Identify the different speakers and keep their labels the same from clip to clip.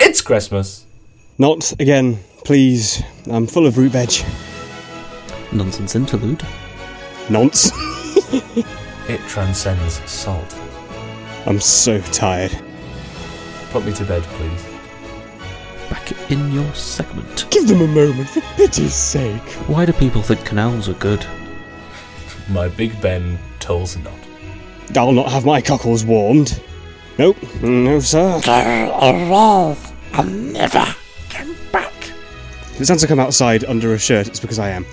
Speaker 1: It's Christmas.
Speaker 2: Not again, please. I'm full of root veg.
Speaker 3: Nonsense interlude.
Speaker 2: Nonce.
Speaker 1: It transcends salt.
Speaker 2: I'm so tired.
Speaker 1: Put me to bed, please.
Speaker 3: Back in your segment.
Speaker 2: Give them a moment, for pity's sake.
Speaker 3: Why do people think canals are good?
Speaker 1: My Big Ben tolls not.
Speaker 2: I'll not have my cockles warmed. Nope, no, sir.
Speaker 4: Go away and never come back.
Speaker 2: If it sounds like I'm outside under a shirt, it's because I am.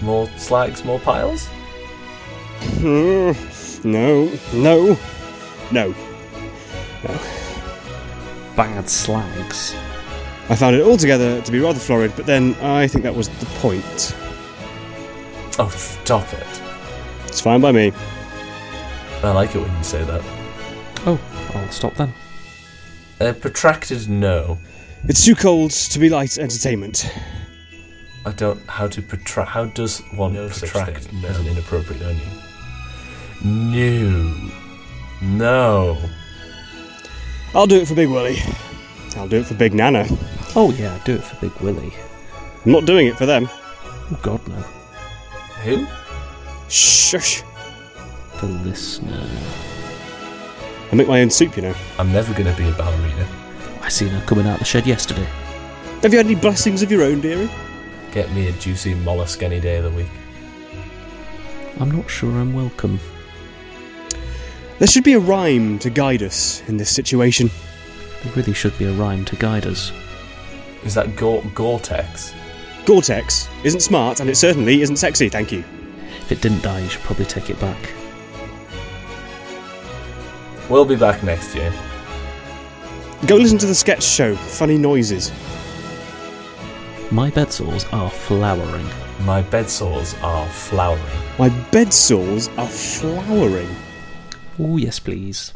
Speaker 1: More slags, more piles?
Speaker 2: No, Hmm. no, no, no.
Speaker 3: Bad slags.
Speaker 2: I found it altogether to be rather florid, but then I think that was the point.
Speaker 1: Oh, stop it.
Speaker 2: It's fine by me.
Speaker 1: I like it when you say that.
Speaker 3: Oh, I'll stop then.
Speaker 1: A protracted no.
Speaker 2: It's too cold to be light entertainment.
Speaker 1: I don't. How to protract. How does one protract no. as an inappropriate onion? No. No.
Speaker 2: I'll do it for Big Willie. I'll do it for Big Nana.
Speaker 3: Oh yeah, do it for Big Willie.
Speaker 2: I'm not doing it for them.
Speaker 3: Oh God no.
Speaker 1: Who?
Speaker 2: Shush.
Speaker 3: The listener.
Speaker 2: I make my own soup, you know.
Speaker 1: I'm never going to be a ballerina.
Speaker 3: I seen her coming out the shed yesterday.
Speaker 2: Have you had any blessings of your own, dearie?
Speaker 1: Get me a juicy mollusk any day of the week.
Speaker 3: I'm not sure I'm welcome.
Speaker 2: There should be a rhyme to guide us in this situation.
Speaker 3: There really should be a rhyme to guide us.
Speaker 1: Is that Gore- Gore-Tex?
Speaker 2: Gore-Tex isn't smart, and it certainly isn't sexy, thank you.
Speaker 3: If it didn't die, you should probably take it back.
Speaker 1: We'll be back next year.
Speaker 2: Go listen to the sketch show, Funny Noises.
Speaker 3: My bed sores are flowering.
Speaker 1: My bed sores are flowering.
Speaker 2: My bed sores are flowering.
Speaker 3: Oh yes, please.